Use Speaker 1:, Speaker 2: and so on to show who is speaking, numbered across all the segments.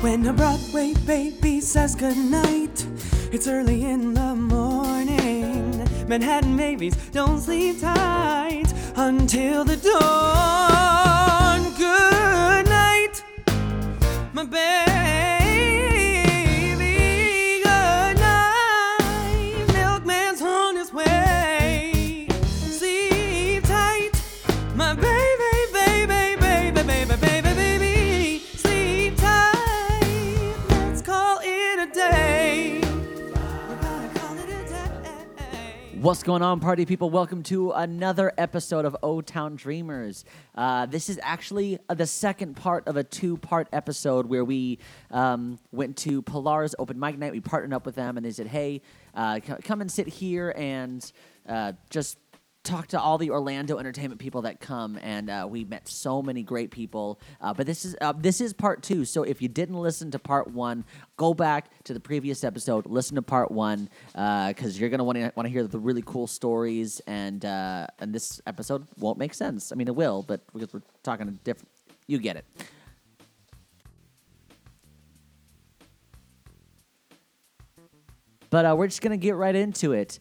Speaker 1: When a Broadway baby says goodnight, it's early in the morning. Manhattan babies don't sleep tight until the dawn. Good night, my baby. Good night. Milkman's on his way. Sleep tight, my baby, baby, baby, baby, baby, baby. Sleep tight. Let's call it a day. We're gonna call it a day.
Speaker 2: What's going on, party people? Welcome to another episode of O Town Dreamers. Uh, this is actually uh, the second part of a two part episode where we um, went to Pilar's open mic night. We partnered up with them and they said, hey, uh, c- come and sit here and uh, just talk to all the Orlando entertainment people that come, and uh, we met so many great people. Uh, but this is uh, this is part two. So if you didn't listen to part one, go back to the previous episode, listen to part one, because you're gonna want to want to hear the really cool stories. And uh, and this episode won't make sense. I mean, it will, but because we're talking a different, you get it. But uh, we're just gonna get right into it.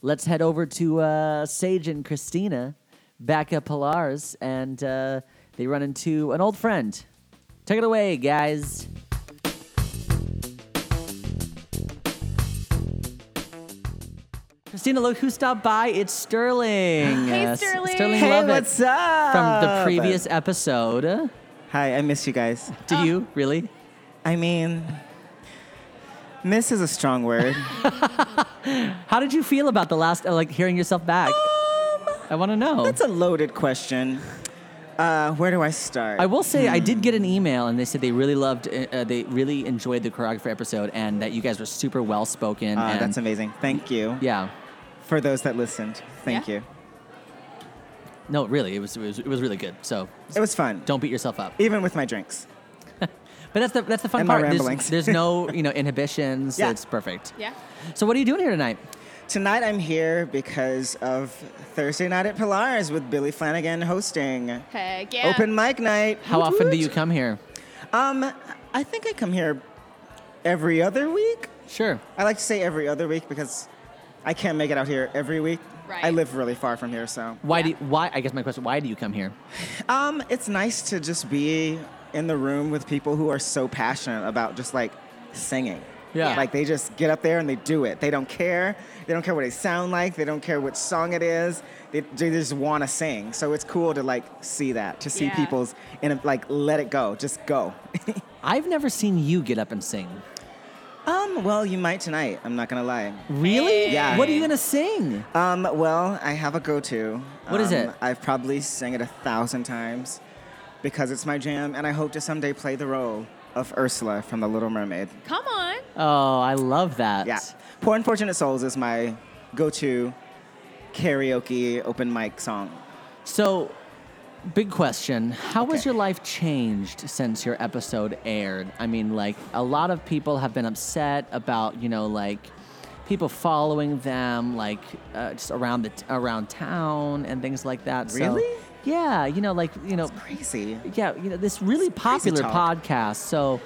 Speaker 2: let's head over to uh, Sage and Christina back at Pilar's, and uh, they run into an old friend. Take it away, guys. Christina, look who stopped by. It's Sterling.
Speaker 3: Hey,
Speaker 2: Uh, S-
Speaker 3: Sterling.
Speaker 2: Sterling
Speaker 3: Hey,
Speaker 2: Lovett
Speaker 4: what's up?
Speaker 2: From the previous episode.
Speaker 4: Hi, I miss you guys.
Speaker 2: Do
Speaker 3: Uh,
Speaker 2: you? Really?
Speaker 4: I mean, miss is a strong word.
Speaker 2: How did you feel about the last, uh, like, hearing yourself back? I want to know.
Speaker 4: Um, That's a loaded question. Uh, where do I start?
Speaker 2: I will say I did get an email, and they said they really loved, uh, uh, they really enjoyed the choreographer episode, and that you guys were super well spoken.
Speaker 4: Uh,
Speaker 2: and
Speaker 4: that's amazing. Thank you
Speaker 2: yeah.
Speaker 4: for those that listened. Thank
Speaker 3: Yeah.
Speaker 4: you.
Speaker 2: No, really, it was, it was it was really good. So
Speaker 4: It was fun.
Speaker 2: don't beat yourself up.
Speaker 4: Even with my drinks.
Speaker 2: But that's the that's the fun
Speaker 4: And my
Speaker 2: part. There's,
Speaker 4: ramblings.
Speaker 2: there's no you know inhibitions.
Speaker 4: Yeah.
Speaker 2: It's perfect.
Speaker 3: Yeah.
Speaker 2: So what are you doing here tonight?
Speaker 4: Tonight I'm here because of Thursday Night at Pilar's with Billy Flanagan hosting.
Speaker 3: Heck yeah.
Speaker 4: Open mic night.
Speaker 2: How
Speaker 4: Woot
Speaker 2: often do
Speaker 4: woot.
Speaker 2: you come here?
Speaker 4: Um, I think I come here every other week.
Speaker 2: Sure.
Speaker 4: I like to say every other week because I can't make it out here every week.
Speaker 3: Right.
Speaker 4: I live really far from here, so.
Speaker 2: Why do
Speaker 3: Yeah.
Speaker 2: you, why I guess my question why do you come here?
Speaker 4: Um, it's nice to just be in the room with people who are so passionate about just like singing.
Speaker 2: Yeah.
Speaker 4: Like they just get up there and they do it. They don't care. They don't care what they sound like. They don't care which song it is. They, they just want to sing. So it's cool to like see that, to see
Speaker 3: Yeah.
Speaker 4: people's and like let it go, just go.
Speaker 2: I've never seen you get up and sing.
Speaker 4: um, well, you might tonight. I'm not gonna lie.
Speaker 2: Really?
Speaker 4: Yeah.
Speaker 2: What are you gonna sing?
Speaker 4: Um, well, I have a go-to.
Speaker 2: What is
Speaker 4: Um,
Speaker 2: it?
Speaker 4: I've probably sang it a thousand times because it's my jam, and I hope to someday play the role of Ursula from The Little Mermaid.
Speaker 3: Come on.
Speaker 2: Oh, I love that.
Speaker 4: Yeah, "Poor Unfortunate Souls" is my go-to karaoke open mic song.
Speaker 2: So, big question. How has
Speaker 4: Okay.
Speaker 2: your life changed since your episode aired? I mean, like, a lot of people have been upset about, you know, like, people following them, like, uh, just around the t- around town and things like that. So-
Speaker 4: Really?
Speaker 2: yeah, you know, like, you know,
Speaker 4: Crazy.
Speaker 2: yeah, you know, this really popular
Speaker 4: talk.
Speaker 2: podcast. So,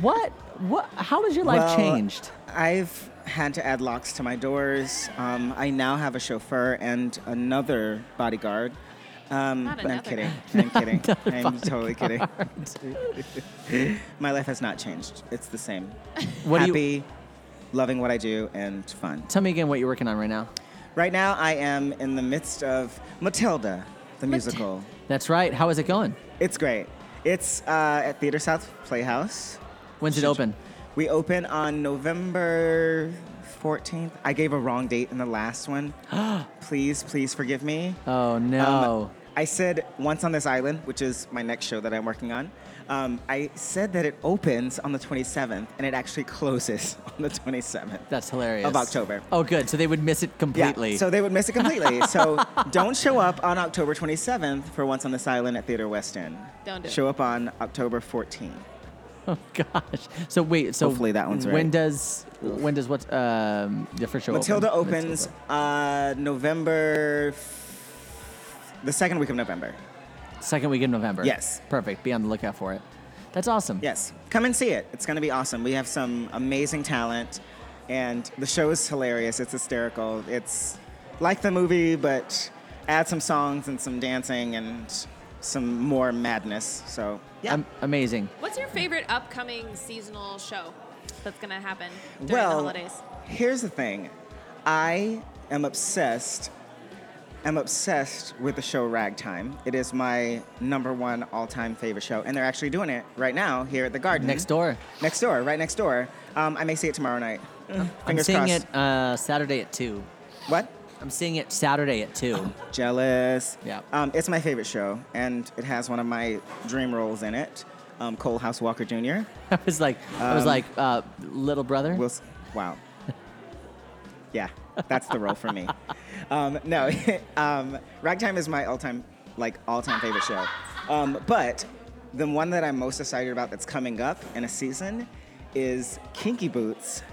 Speaker 2: what, what, how has your life
Speaker 4: Well,
Speaker 2: changed?
Speaker 4: I've had to add locks to my doors. Um, I now have a chauffeur and another bodyguard. Um,
Speaker 3: Not
Speaker 4: but I'm
Speaker 3: another.
Speaker 4: kidding. I'm kidding. I'm totally kidding. my life has not changed. It's the same.
Speaker 2: What
Speaker 4: Happy,
Speaker 2: do you,
Speaker 4: loving what I do, and fun.
Speaker 2: tell me again what you're working on right now.
Speaker 4: Right now, I am in the midst of Matilda, the musical.
Speaker 2: That's right. How is it going?
Speaker 4: It's great. It's uh, at Theater South Playhouse.
Speaker 2: When's it open?
Speaker 4: We open on November 14th. I gave a wrong date in the last one. please, please forgive me.
Speaker 2: Oh,
Speaker 4: Um,
Speaker 2: no.
Speaker 4: I said Once on This Island, which is my next show that I'm working on. Um, I said that it opens on the 27th, and it actually closes on the 27th.
Speaker 2: That's hilarious.
Speaker 4: Of October.
Speaker 2: Oh, good. So they would miss it completely.
Speaker 4: Yeah, so they would miss it completely. so don't show up on October 27th for Once on This Island at Theater West End.
Speaker 3: Don't do it.
Speaker 4: Show up on October 14th.
Speaker 2: oh gosh. So wait. So
Speaker 4: Hopefully that one's
Speaker 2: When
Speaker 4: right.
Speaker 2: does when does what um the first show?
Speaker 4: Matilda
Speaker 2: open?
Speaker 4: opens uh, November, f- the second week of November.
Speaker 2: Second week in November.
Speaker 4: Yes.
Speaker 2: Perfect. Be on the lookout for it. That's awesome.
Speaker 4: Yes, come and see it. It's going to be awesome. We have some amazing talent, and the show is hilarious. It's hysterical. It's like the movie, but add some songs and some dancing and some more madness. So, yeah. Mm-hmm.
Speaker 2: Am- amazing.
Speaker 3: What's your favorite upcoming seasonal show that's going to happen during
Speaker 4: well,
Speaker 3: the holidays?
Speaker 4: here's the thing I am obsessed. I'm obsessed with the show Ragtime. It is my number one all-time favorite show, and they're actually doing it right now here at the Garden.
Speaker 2: Next door.
Speaker 4: Next door, right next door. Um, I may see it tomorrow night. Mm,
Speaker 2: I'm
Speaker 4: Fingers
Speaker 2: seeing
Speaker 4: crossed.
Speaker 2: it uh, Saturday at 2.
Speaker 4: What?
Speaker 2: I'm seeing it Saturday at 2.
Speaker 4: Jealous.
Speaker 2: Yeah.
Speaker 4: Um, it's my favorite show, and it has one of my dream roles in it. Um, Cole House Walker Jr.
Speaker 2: I was like, I was
Speaker 4: Um,
Speaker 2: like, uh, little brother.
Speaker 4: Will. S- Wow. yeah, that's the role for me. Um, no, um, Ragtime is my all-time, like all-time favorite show. Um, but the one that I'm most excited about that's coming up in a season is Kinky Boots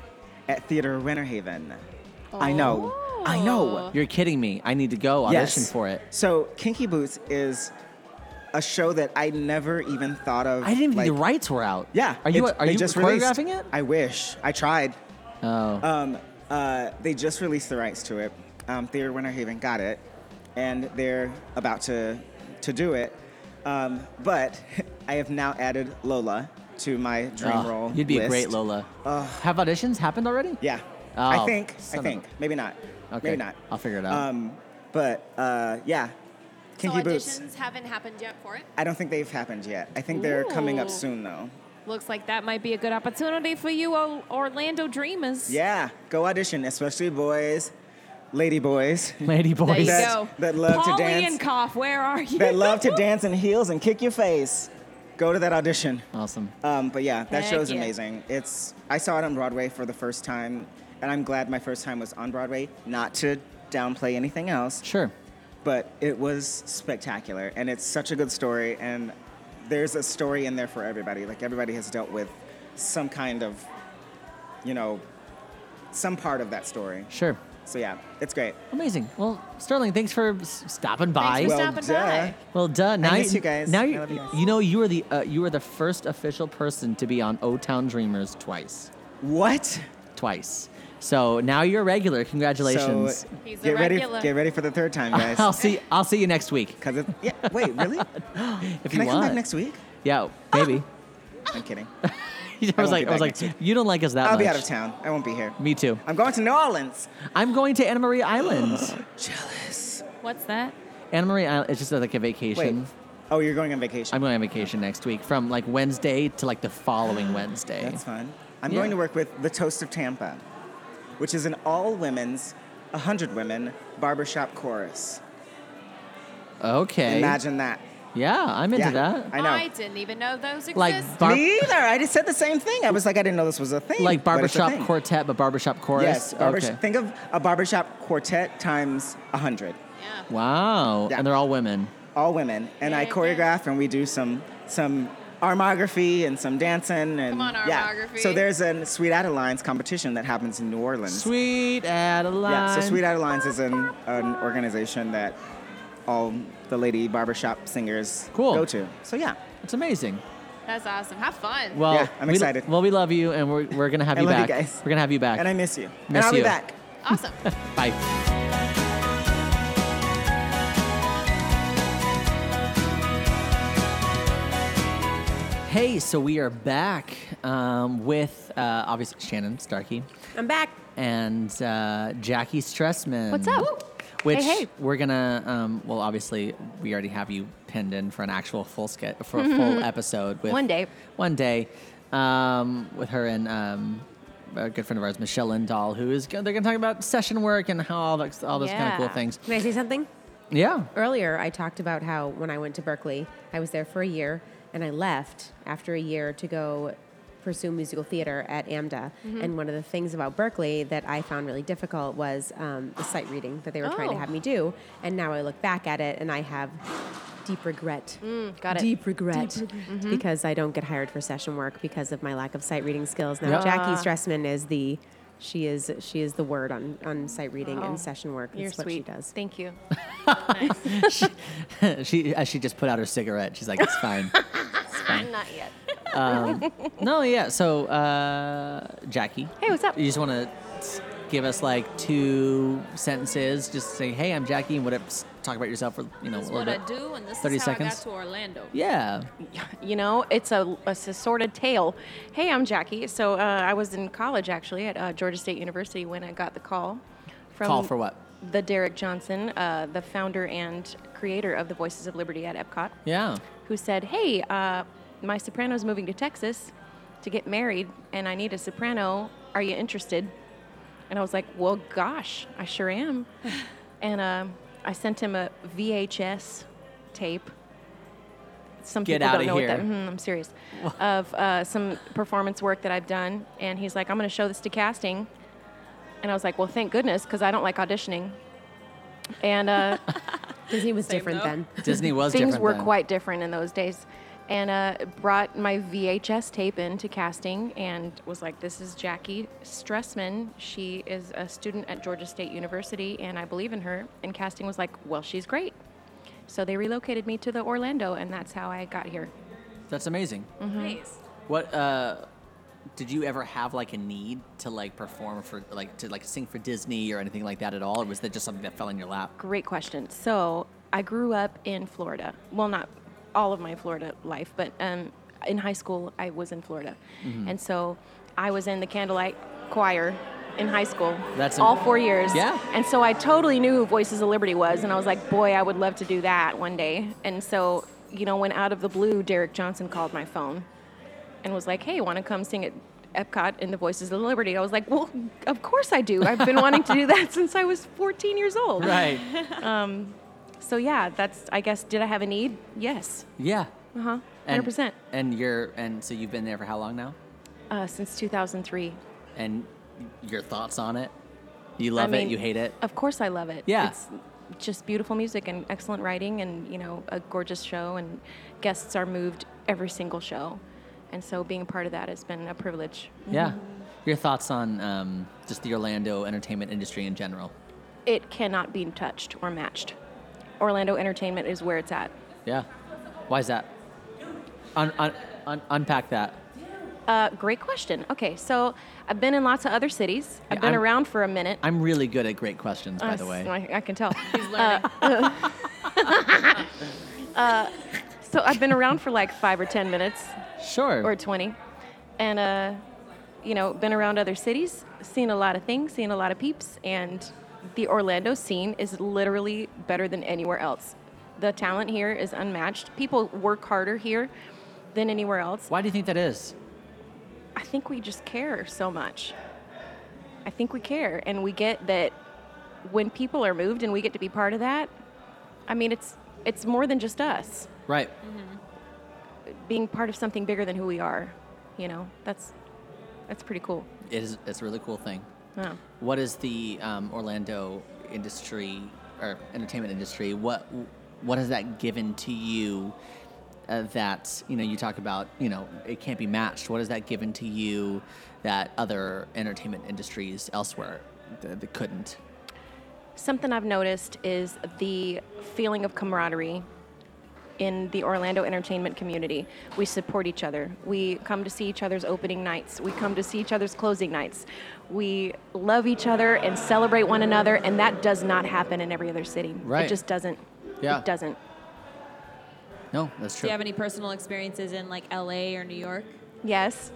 Speaker 4: at Theater Winter Haven. I know. I know.
Speaker 2: You're kidding me. I need to go audition
Speaker 4: Yes.
Speaker 2: for it.
Speaker 4: So Kinky Boots is a show that I never even thought of.
Speaker 2: I didn't even
Speaker 4: like,
Speaker 2: think the rights were out.
Speaker 4: Yeah.
Speaker 2: Are you
Speaker 4: it-
Speaker 2: are
Speaker 4: they
Speaker 2: you
Speaker 4: just released-
Speaker 2: choreographing it?
Speaker 4: I wish. I tried.
Speaker 2: oh.
Speaker 4: Um, uh, they just released the rights to it. Um, Theater Winter Haven got it, and they're about to to do it. Um, but I have now added Lola to my dream
Speaker 2: Oh,
Speaker 4: role.
Speaker 2: You'd be a great
Speaker 4: list.
Speaker 2: Lola. Have auditions happened already?
Speaker 4: Yeah.
Speaker 2: Oh,
Speaker 4: I think.
Speaker 2: son
Speaker 4: I
Speaker 2: of
Speaker 4: think.
Speaker 2: a-
Speaker 4: Maybe not.
Speaker 2: Okay,
Speaker 4: Maybe not.
Speaker 2: I'll figure it out.
Speaker 4: Um, but uh, yeah, Kinky
Speaker 3: so
Speaker 4: Boots.
Speaker 3: auditions haven't happened yet for it.
Speaker 4: I don't think they've happened yet. I think they're coming up
Speaker 3: Ooh.
Speaker 4: soon, though.
Speaker 3: Looks like that might be a good opportunity for you, O- Orlando Dreamers.
Speaker 4: Yeah, go audition, especially boys, lady boys
Speaker 2: Lady boys.
Speaker 3: There you
Speaker 4: That-
Speaker 3: go.
Speaker 4: that love to
Speaker 3: Pauly
Speaker 4: dance.
Speaker 3: and Koff, where are you?
Speaker 4: that love to dance in heels and kick your face. Go to that audition.
Speaker 2: Awesome.
Speaker 4: Um, but yeah, that
Speaker 3: Heck
Speaker 4: show's
Speaker 3: yeah.
Speaker 4: amazing. It's I saw it on Broadway for the first time, and I'm glad my first time was on Broadway. Not to downplay anything else,
Speaker 2: Sure.
Speaker 4: but it was spectacular and it's such a good story and there's a story in there for everybody like everybody has dealt with some kind of you know some part of that story
Speaker 2: Sure.
Speaker 4: so yeah it's great
Speaker 2: Amazing. Well, Sterling, thanks for s- stopping by.
Speaker 3: for
Speaker 4: Well,
Speaker 3: stopping
Speaker 4: duh.
Speaker 3: by.
Speaker 2: Well, duh. Now
Speaker 4: miss you guys.
Speaker 2: Now
Speaker 4: I
Speaker 2: you,
Speaker 4: love you guys.
Speaker 2: you know you are the uh, you are the first official person to be on O Town Dreamers twice,
Speaker 4: what
Speaker 2: twice. So now you're a regular. Congratulations.
Speaker 4: so
Speaker 3: He's a
Speaker 4: get ready
Speaker 3: regular.
Speaker 4: get ready for the third time
Speaker 2: I'll
Speaker 4: guys
Speaker 2: see. I'll see you next week
Speaker 4: because yeah wait really
Speaker 2: if
Speaker 4: can
Speaker 2: you
Speaker 4: i come
Speaker 2: want.
Speaker 4: back next week
Speaker 2: Yeah, maybe.
Speaker 4: i'm kidding
Speaker 2: I was
Speaker 4: won't be
Speaker 2: like, I was
Speaker 4: back
Speaker 2: like,
Speaker 4: next week.
Speaker 2: you don't like us that
Speaker 4: i'll
Speaker 2: much.
Speaker 4: be out of town i won't be here
Speaker 2: Me too.
Speaker 4: i'm going to new orleans
Speaker 2: I'm going to Anna Marie Islands.
Speaker 4: jealous
Speaker 3: What's that?
Speaker 2: Anna Marie Island. It's just uh, like a
Speaker 4: wait
Speaker 2: vacation.
Speaker 4: oh you're going on vacation
Speaker 2: I'm going on vacation next week from like Wednesday to like the following Wednesday.
Speaker 4: That's fun. I'm
Speaker 2: Yeah.
Speaker 4: going to work with The Toast of Tampa, which is an all women's, 100 women barbershop chorus.
Speaker 2: okay.
Speaker 4: Imagine that.
Speaker 2: Yeah, I'm into
Speaker 4: yeah,
Speaker 2: that.
Speaker 4: I know.
Speaker 3: didn't even know those exist.
Speaker 2: Like bar-
Speaker 4: Me either. I just said the same thing. I was like, I didn't know this was a thing.
Speaker 2: like
Speaker 4: but it's a
Speaker 2: barbershop
Speaker 4: thing.
Speaker 2: quartet, but barbershop chorus.
Speaker 4: Yes. Barbershop.
Speaker 2: okay.
Speaker 4: Think of a barbershop quartet times 100.
Speaker 3: yeah.
Speaker 2: Wow.
Speaker 4: Yeah.
Speaker 2: And they're all women.
Speaker 4: All women. And I
Speaker 3: Yeah, yeah.
Speaker 4: choreograph and we do some some armography and some dancing and
Speaker 3: Come on,
Speaker 4: yeah.
Speaker 3: armography.
Speaker 4: So there's a Sweet Adelines competition that happens in New Orleans.
Speaker 2: Sweet Adeline.
Speaker 4: Yeah, so Sweet Out of Lines is an, an organization that all the lady barbershop singers
Speaker 2: Cool.
Speaker 4: go to. So yeah,
Speaker 2: It's amazing.
Speaker 3: That's awesome. Have fun.
Speaker 2: Well,
Speaker 4: Yeah, I'm
Speaker 2: we-
Speaker 4: excited.
Speaker 2: well, we love you, and we're, we're gonna have
Speaker 4: I
Speaker 2: you
Speaker 4: love you
Speaker 2: back.
Speaker 4: guys.
Speaker 2: We're gonna have you back.
Speaker 4: and I miss you. and
Speaker 2: Miss
Speaker 4: I'll
Speaker 2: you.
Speaker 4: be back.
Speaker 3: awesome.
Speaker 2: Bye. Hey, so we are back um, with uh, obviously Shannon Starkey
Speaker 5: I'm back.
Speaker 2: and uh, Jackie Stressman.
Speaker 5: What's up?
Speaker 2: Which
Speaker 5: Hey, hey.
Speaker 2: we're gonna, um, well, obviously we already have you pinned in for an actual full skit for a full episode with
Speaker 5: Mm-hmm. One day.
Speaker 2: one day, um, with her and um, a good friend of ours, Michelle Lindahl, who is gonna- they're gonna talk about session work and how all that, all those kind of cool things.
Speaker 5: Can I say something?
Speaker 2: Yeah,
Speaker 5: Earlier, I talked about how when I went to Berkeley, I was there for a year and I left after a year to go pursue musical theater at AMDA. And one of the things about Berkeley that I found really difficult was um, the sight reading that they were trying to
Speaker 3: Oh.
Speaker 5: have me do. And now I look back at it and I have deep regret.
Speaker 3: Mm, got it.
Speaker 5: Deep regret. Because I don't get hired for session work because of my lack of sight reading skills. Now,
Speaker 2: Yeah.
Speaker 5: Jackie Stressman is the She is she is the word on, on sight reading
Speaker 3: Oh,
Speaker 5: and session work.
Speaker 3: You're
Speaker 5: That's what
Speaker 3: sweet.
Speaker 5: she does.
Speaker 3: Thank you.
Speaker 2: she as she just put out her cigarette. She's like, it's fine.
Speaker 3: Not yet.
Speaker 2: no, yeah. So, uh, Jackie.
Speaker 3: Hey, what's up?
Speaker 2: You just want to give us like two sentences, just say, "Hey, I'm Jackie," and what? it's- Talk about yourself for you know
Speaker 3: This
Speaker 2: a
Speaker 3: is
Speaker 2: little
Speaker 3: what I
Speaker 2: bit.
Speaker 3: do, and this
Speaker 2: 30
Speaker 3: is how I
Speaker 2: seconds?
Speaker 3: got to Orlando.
Speaker 2: Yeah.
Speaker 6: you know, it's a, a s- sordid tale. Hey, I'm Jackie. So uh, I was in college actually at uh, Georgia State University when I got the call from
Speaker 2: Call for what?
Speaker 6: the Derek Johnson, uh, the founder and creator of the Voices of Liberty at Epcot,
Speaker 2: Yeah.
Speaker 6: who said, "Hey, uh, my soprano's moving to Texas to get married, and I need a soprano. Are you interested?" And I was like, "Well, gosh, I sure am." and uh, I sent him a VHS tape. Some
Speaker 2: Get
Speaker 6: people
Speaker 2: outta
Speaker 6: don't know
Speaker 2: here.
Speaker 6: what that. mhm, I'm serious. of uh, some performance work that I've done, and he's like, "I'm going to show this to casting." And I was like, "Well, thank goodness, because I don't like auditioning." And uh,
Speaker 5: Disney was different
Speaker 3: though.
Speaker 5: then.
Speaker 2: Disney was
Speaker 6: things
Speaker 2: different
Speaker 6: were
Speaker 2: then.
Speaker 6: quite different in those days and uh, brought my vhs tape into casting and was like this is jackie stressman she is a student at georgia state university and i believe in her and casting was like well she's great so they relocated me to the orlando and that's how i got here
Speaker 2: That's amazing.
Speaker 3: Nice.
Speaker 2: What uh, did you ever have like a need to like perform for like to like sing for Disney or anything like that at all? Or was that just something that fell in your lap?
Speaker 6: great question. So I grew up in Florida. Well, not all of my Florida life, but um, in high school I was in Florida,
Speaker 2: Mm-hmm.
Speaker 6: and so I was in the candlelight choir in high school
Speaker 2: That's
Speaker 6: all
Speaker 2: am-
Speaker 6: four years.
Speaker 2: Yeah.
Speaker 6: And so I totally knew who Voices of Liberty was, and I was like, boy, I would love to do that one day. And so you know, when out of the blue, Derek Johnson called my phone and was like, "Hey, want to come sing at Epcot in the Voices of Liberty?" I was like, "Well, of course I do. I've been wanting to do that since I was 14 years old."
Speaker 2: Right.
Speaker 6: So yeah, that's I guess did I have a need? Yes.
Speaker 2: yeah.
Speaker 6: Uh-huh.
Speaker 2: And-
Speaker 6: 100%.
Speaker 2: And you're and so you've been there for how long now?
Speaker 6: Uh, since 2003.
Speaker 2: And your thoughts on it? You love
Speaker 6: I mean,
Speaker 2: it. You hate it.
Speaker 6: Of course I love it.
Speaker 2: Yeah.
Speaker 6: It's just beautiful music and excellent writing and, you know, a gorgeous show and guests are moved every single show. And so being a part of that has been a privilege.
Speaker 2: Yeah. Your thoughts on um, just the Orlando entertainment industry in general?
Speaker 6: It cannot be touched or matched. Orlando Entertainment is where it's at.
Speaker 2: Yeah. Why is that? Un- un- un- unpack that.
Speaker 6: Uh, great question. Okay, so I've been in lots of other cities. I've
Speaker 2: Yeah,
Speaker 6: been
Speaker 2: I'm-
Speaker 6: around for a minute.
Speaker 2: I'm really good at great questions, by the
Speaker 6: Uh,
Speaker 2: way.
Speaker 6: I, I can tell. Uh,
Speaker 3: He's learning.
Speaker 6: So I've been around for like five or ten minutes
Speaker 2: sure.
Speaker 6: or twenty, and uh, you know, been around other cities, seen a lot of things, seen a lot of peeps, and the Orlando scene is literally better than anywhere else. The talent here is unmatched. People work harder here than anywhere else.
Speaker 2: Why do you think that is?
Speaker 6: I think we just care so much. I think we care, and we get that when people are moved and we get to be part of that. I mean, it's it's more than just us.
Speaker 2: Right.
Speaker 6: being part of something bigger than who we are. You know, that's that's pretty cool.
Speaker 2: It is. It's a really cool thing.
Speaker 6: Yeah.
Speaker 2: What is the um, Orlando industry or entertainment industry? What what has that given to you? Uh, that you know, you talk about you know it can't be matched. What has that given to you that other entertainment industries elsewhere that, that couldn't?
Speaker 6: Something I've noticed is the feeling of camaraderie in the Orlando entertainment community. We support each other. We come to see each other's opening nights. We come to see each other's closing nights. We love each other and celebrate one another, and that does not happen in every other city.
Speaker 2: Right.
Speaker 6: It just doesn't.
Speaker 2: Yeah.
Speaker 6: It doesn't.
Speaker 2: No, that's
Speaker 3: Do
Speaker 2: true.
Speaker 3: you have any personal experiences in like LA or New York?
Speaker 6: Yes.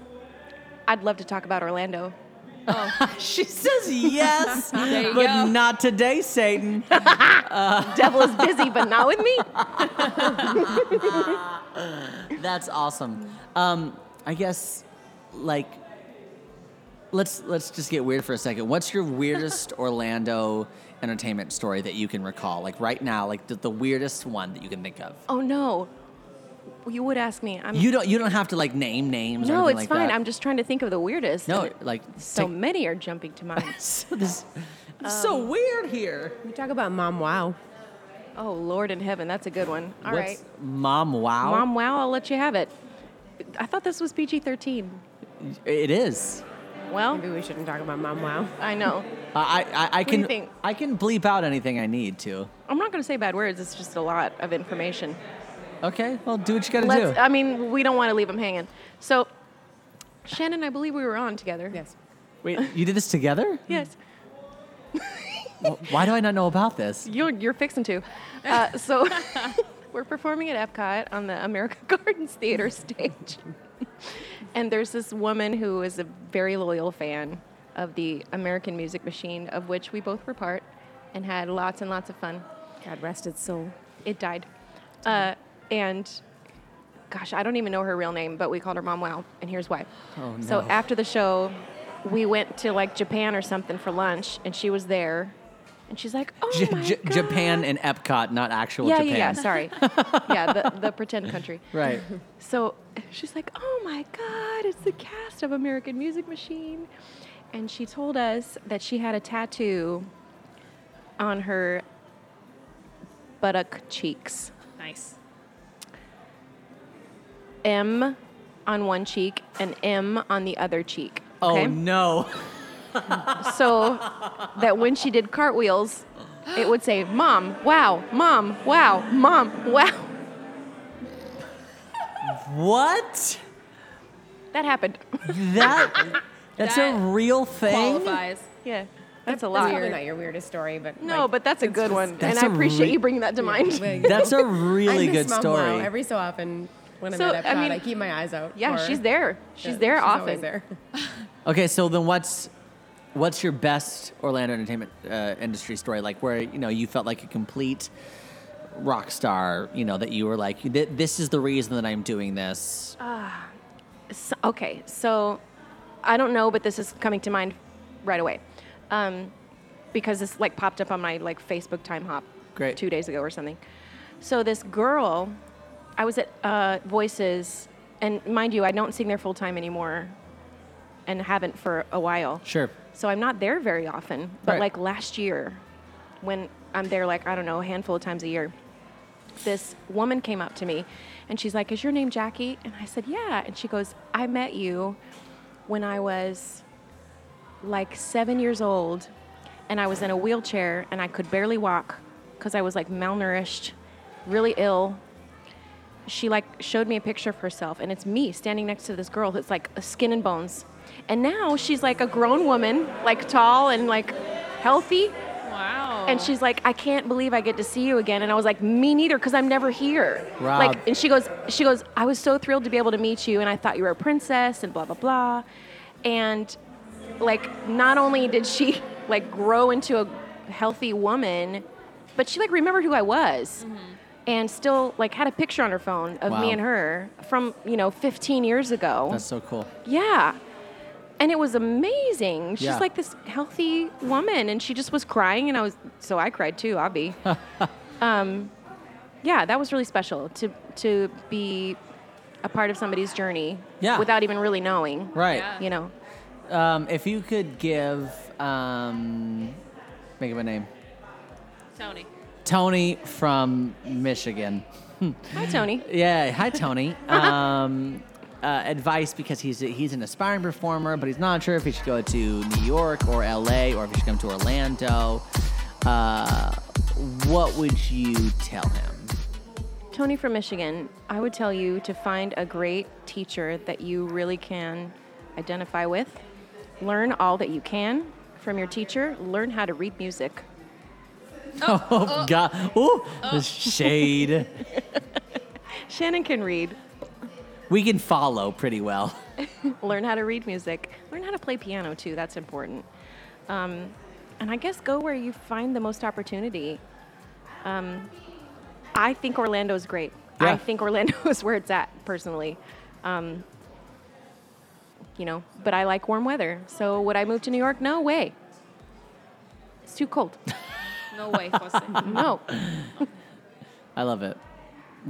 Speaker 6: I'd love to talk about Orlando.
Speaker 2: she says yes,
Speaker 3: There you
Speaker 2: but
Speaker 3: go.
Speaker 2: not today, Satan.
Speaker 6: Devil is busy, but not with me.
Speaker 2: That's awesome. Um, I guess, like, let's let's just get weird for a second. What's your weirdest Orlando entertainment story that you can recall? Like right now, like the, the weirdest one that you can think of.
Speaker 6: Oh no. You would ask me. I'm
Speaker 2: You don't you don't have to like name names. or
Speaker 6: No,
Speaker 2: anything
Speaker 6: it's
Speaker 2: like
Speaker 6: fine.
Speaker 2: That.
Speaker 6: I'm just trying to think of the weirdest.
Speaker 2: no
Speaker 6: and
Speaker 2: like
Speaker 6: so
Speaker 2: take-
Speaker 6: many are jumping to mind.
Speaker 2: so this. it's so
Speaker 6: Um,
Speaker 2: weird here.
Speaker 5: We talk about mom wow.
Speaker 6: oh Lord in heaven, that's a good one. All right,
Speaker 2: What's Mom Wow?
Speaker 6: Mom, wow, I'll let you have it. I thought this was PG-13.
Speaker 2: It is.
Speaker 6: Well,
Speaker 5: Maybe we shouldn't talk about Mom Wow.
Speaker 6: I know.
Speaker 2: I, I, I
Speaker 6: do you
Speaker 2: can
Speaker 6: think?
Speaker 2: I can bleep out anything I need to.
Speaker 6: I'm not going to say bad words. It's just a lot of information.
Speaker 2: Okay, well, do what you gotta
Speaker 6: Let's.
Speaker 2: do.
Speaker 6: I mean, we don't want to leave them hanging. So, Shannon, I believe we were on together.
Speaker 5: Yes.
Speaker 2: Wait, you did this together?
Speaker 6: Yes.
Speaker 2: Wh- Why do I not know about this?
Speaker 6: You're you're fixing to. Uh, so we're performing at Epcot on the America Gardens Theater stage, and there's this woman who is a very loyal fan of the American Music Machine, of which we both were part, and had lots and lots of fun.
Speaker 5: God rest its soul.
Speaker 6: It died, uh, and gosh, I don't even know her real name, but we called her Mom Wow, and here's why.
Speaker 2: Oh,
Speaker 6: So
Speaker 2: no.
Speaker 6: after the show, we went to like Japan or something for lunch, and she was there. And she's like, "Oh
Speaker 2: J-
Speaker 6: my
Speaker 2: J-
Speaker 6: god!"
Speaker 2: Japan and Epcot, not actual
Speaker 6: yeah,
Speaker 2: Japan.
Speaker 6: yeah, yeah. Sorry. yeah, the, the pretend country.
Speaker 2: Right.
Speaker 6: So she's like, "Oh my God, it's the cast of American Music Machine," and she told us that she had a tattoo on her buttock cheeks.
Speaker 3: Nice.
Speaker 6: M on one cheek and M on the other cheek.
Speaker 2: Oh
Speaker 6: okay?
Speaker 2: no.
Speaker 6: so that when she did cartwheels, it would say, "Mom, wow, mom, wow, mom, wow."
Speaker 2: What?
Speaker 6: That happened.
Speaker 2: That that's a
Speaker 3: That
Speaker 2: real thing.
Speaker 3: Qualifies.
Speaker 6: yeah, that's a
Speaker 5: That's
Speaker 6: lot.
Speaker 5: probably not your weirdest story, but
Speaker 6: No,
Speaker 5: like,
Speaker 6: but that's a good one, and
Speaker 2: That's
Speaker 6: I
Speaker 2: a
Speaker 6: appreciate
Speaker 2: re-
Speaker 6: you bringing that to mind. Yeah,
Speaker 2: That's a really
Speaker 5: I
Speaker 2: good
Speaker 5: miss Mom
Speaker 2: story.
Speaker 5: Wow every so often when I'm
Speaker 6: So,
Speaker 5: at Epcot,
Speaker 6: I
Speaker 5: I,
Speaker 6: mean-
Speaker 5: keep my eyes out. for-
Speaker 6: she's there. She's
Speaker 5: Yeah,
Speaker 6: there
Speaker 5: she's always
Speaker 6: often.
Speaker 5: there.
Speaker 2: Okay, so then what's what's your best Orlando entertainment uh, industry story? Like where you know you felt like a complete rock star. You know that you were like, "Th- this is the reason that I'm doing this.
Speaker 6: Uh, So- okay, so I don't know, but this is coming to mind right away, um, because this like popped up on my like Facebook time hop
Speaker 2: Great.
Speaker 6: two days ago or something. So this girl, I was at uh, Voices, and mind you, I don't sing there full time anymore, and haven't for a while.
Speaker 2: Sure.
Speaker 6: So I'm not there very often, but
Speaker 2: Right.
Speaker 6: like last year, when I'm there like I don't know a handful of times a year. this woman came up to me and she's like, Is your name Jackie? And I said, Yeah. And she goes, I met you when I was like seven years old and I was in a wheelchair and I could barely walk because I was like malnourished, really ill. She like showed me a picture of herself and it's me standing next to this girl that's like skin and bones. And now she's like a grown woman, like tall and like healthy.
Speaker 3: Wow.
Speaker 6: And she's like, I can't believe I get to see you again. And I was like, me neither, because I'm never here.
Speaker 2: Rob.
Speaker 6: Like, and she goes, she goes, I was so thrilled to be able to meet you, and I thought you were a princess, and blah blah blah. And like, not only did she like grow into a healthy woman, but she like remembered who I was, and still like had a picture on her phone of
Speaker 2: Mm-hmm. Wow.
Speaker 6: me and her from you know 15 years ago.
Speaker 2: That's so cool.
Speaker 6: Yeah. And it was amazing. She's
Speaker 2: Yeah.
Speaker 6: like this healthy woman, and she just was crying, and I was so I cried too. I'll be. um, yeah, that was really special to to be a part of somebody's journey
Speaker 2: Yeah.
Speaker 6: without even really knowing,
Speaker 2: Right.
Speaker 3: Yeah.
Speaker 6: You know,
Speaker 2: Um, if you could give, um, make up a name,
Speaker 3: Tony.
Speaker 2: Tony from Michigan.
Speaker 6: hi Tony.
Speaker 2: Yeah, hi Tony. um, uh, advice because he's a, he's an aspiring performer, but he's not sure if he should go to New York or LA or if he should come to Orlando. Uh, what would you tell him?
Speaker 6: Tony from Michigan, I would tell you to find a great teacher that you really can identify with. Learn all that you can from your teacher. Learn how to read music.
Speaker 2: Oh, God! Ooh,
Speaker 6: Oh.
Speaker 2: the shade.
Speaker 6: Shannon can read.
Speaker 2: we can follow pretty well.
Speaker 6: learn how to read music learn how to play piano too that's important um, and i guess go where you find the most opportunity um, i think orlando's great
Speaker 2: Yeah.
Speaker 6: i think orlando is where it's at personally um, you know but i like warm weather so would i move to new york no way it's too cold
Speaker 3: No way, Jose.
Speaker 6: no
Speaker 2: I love it.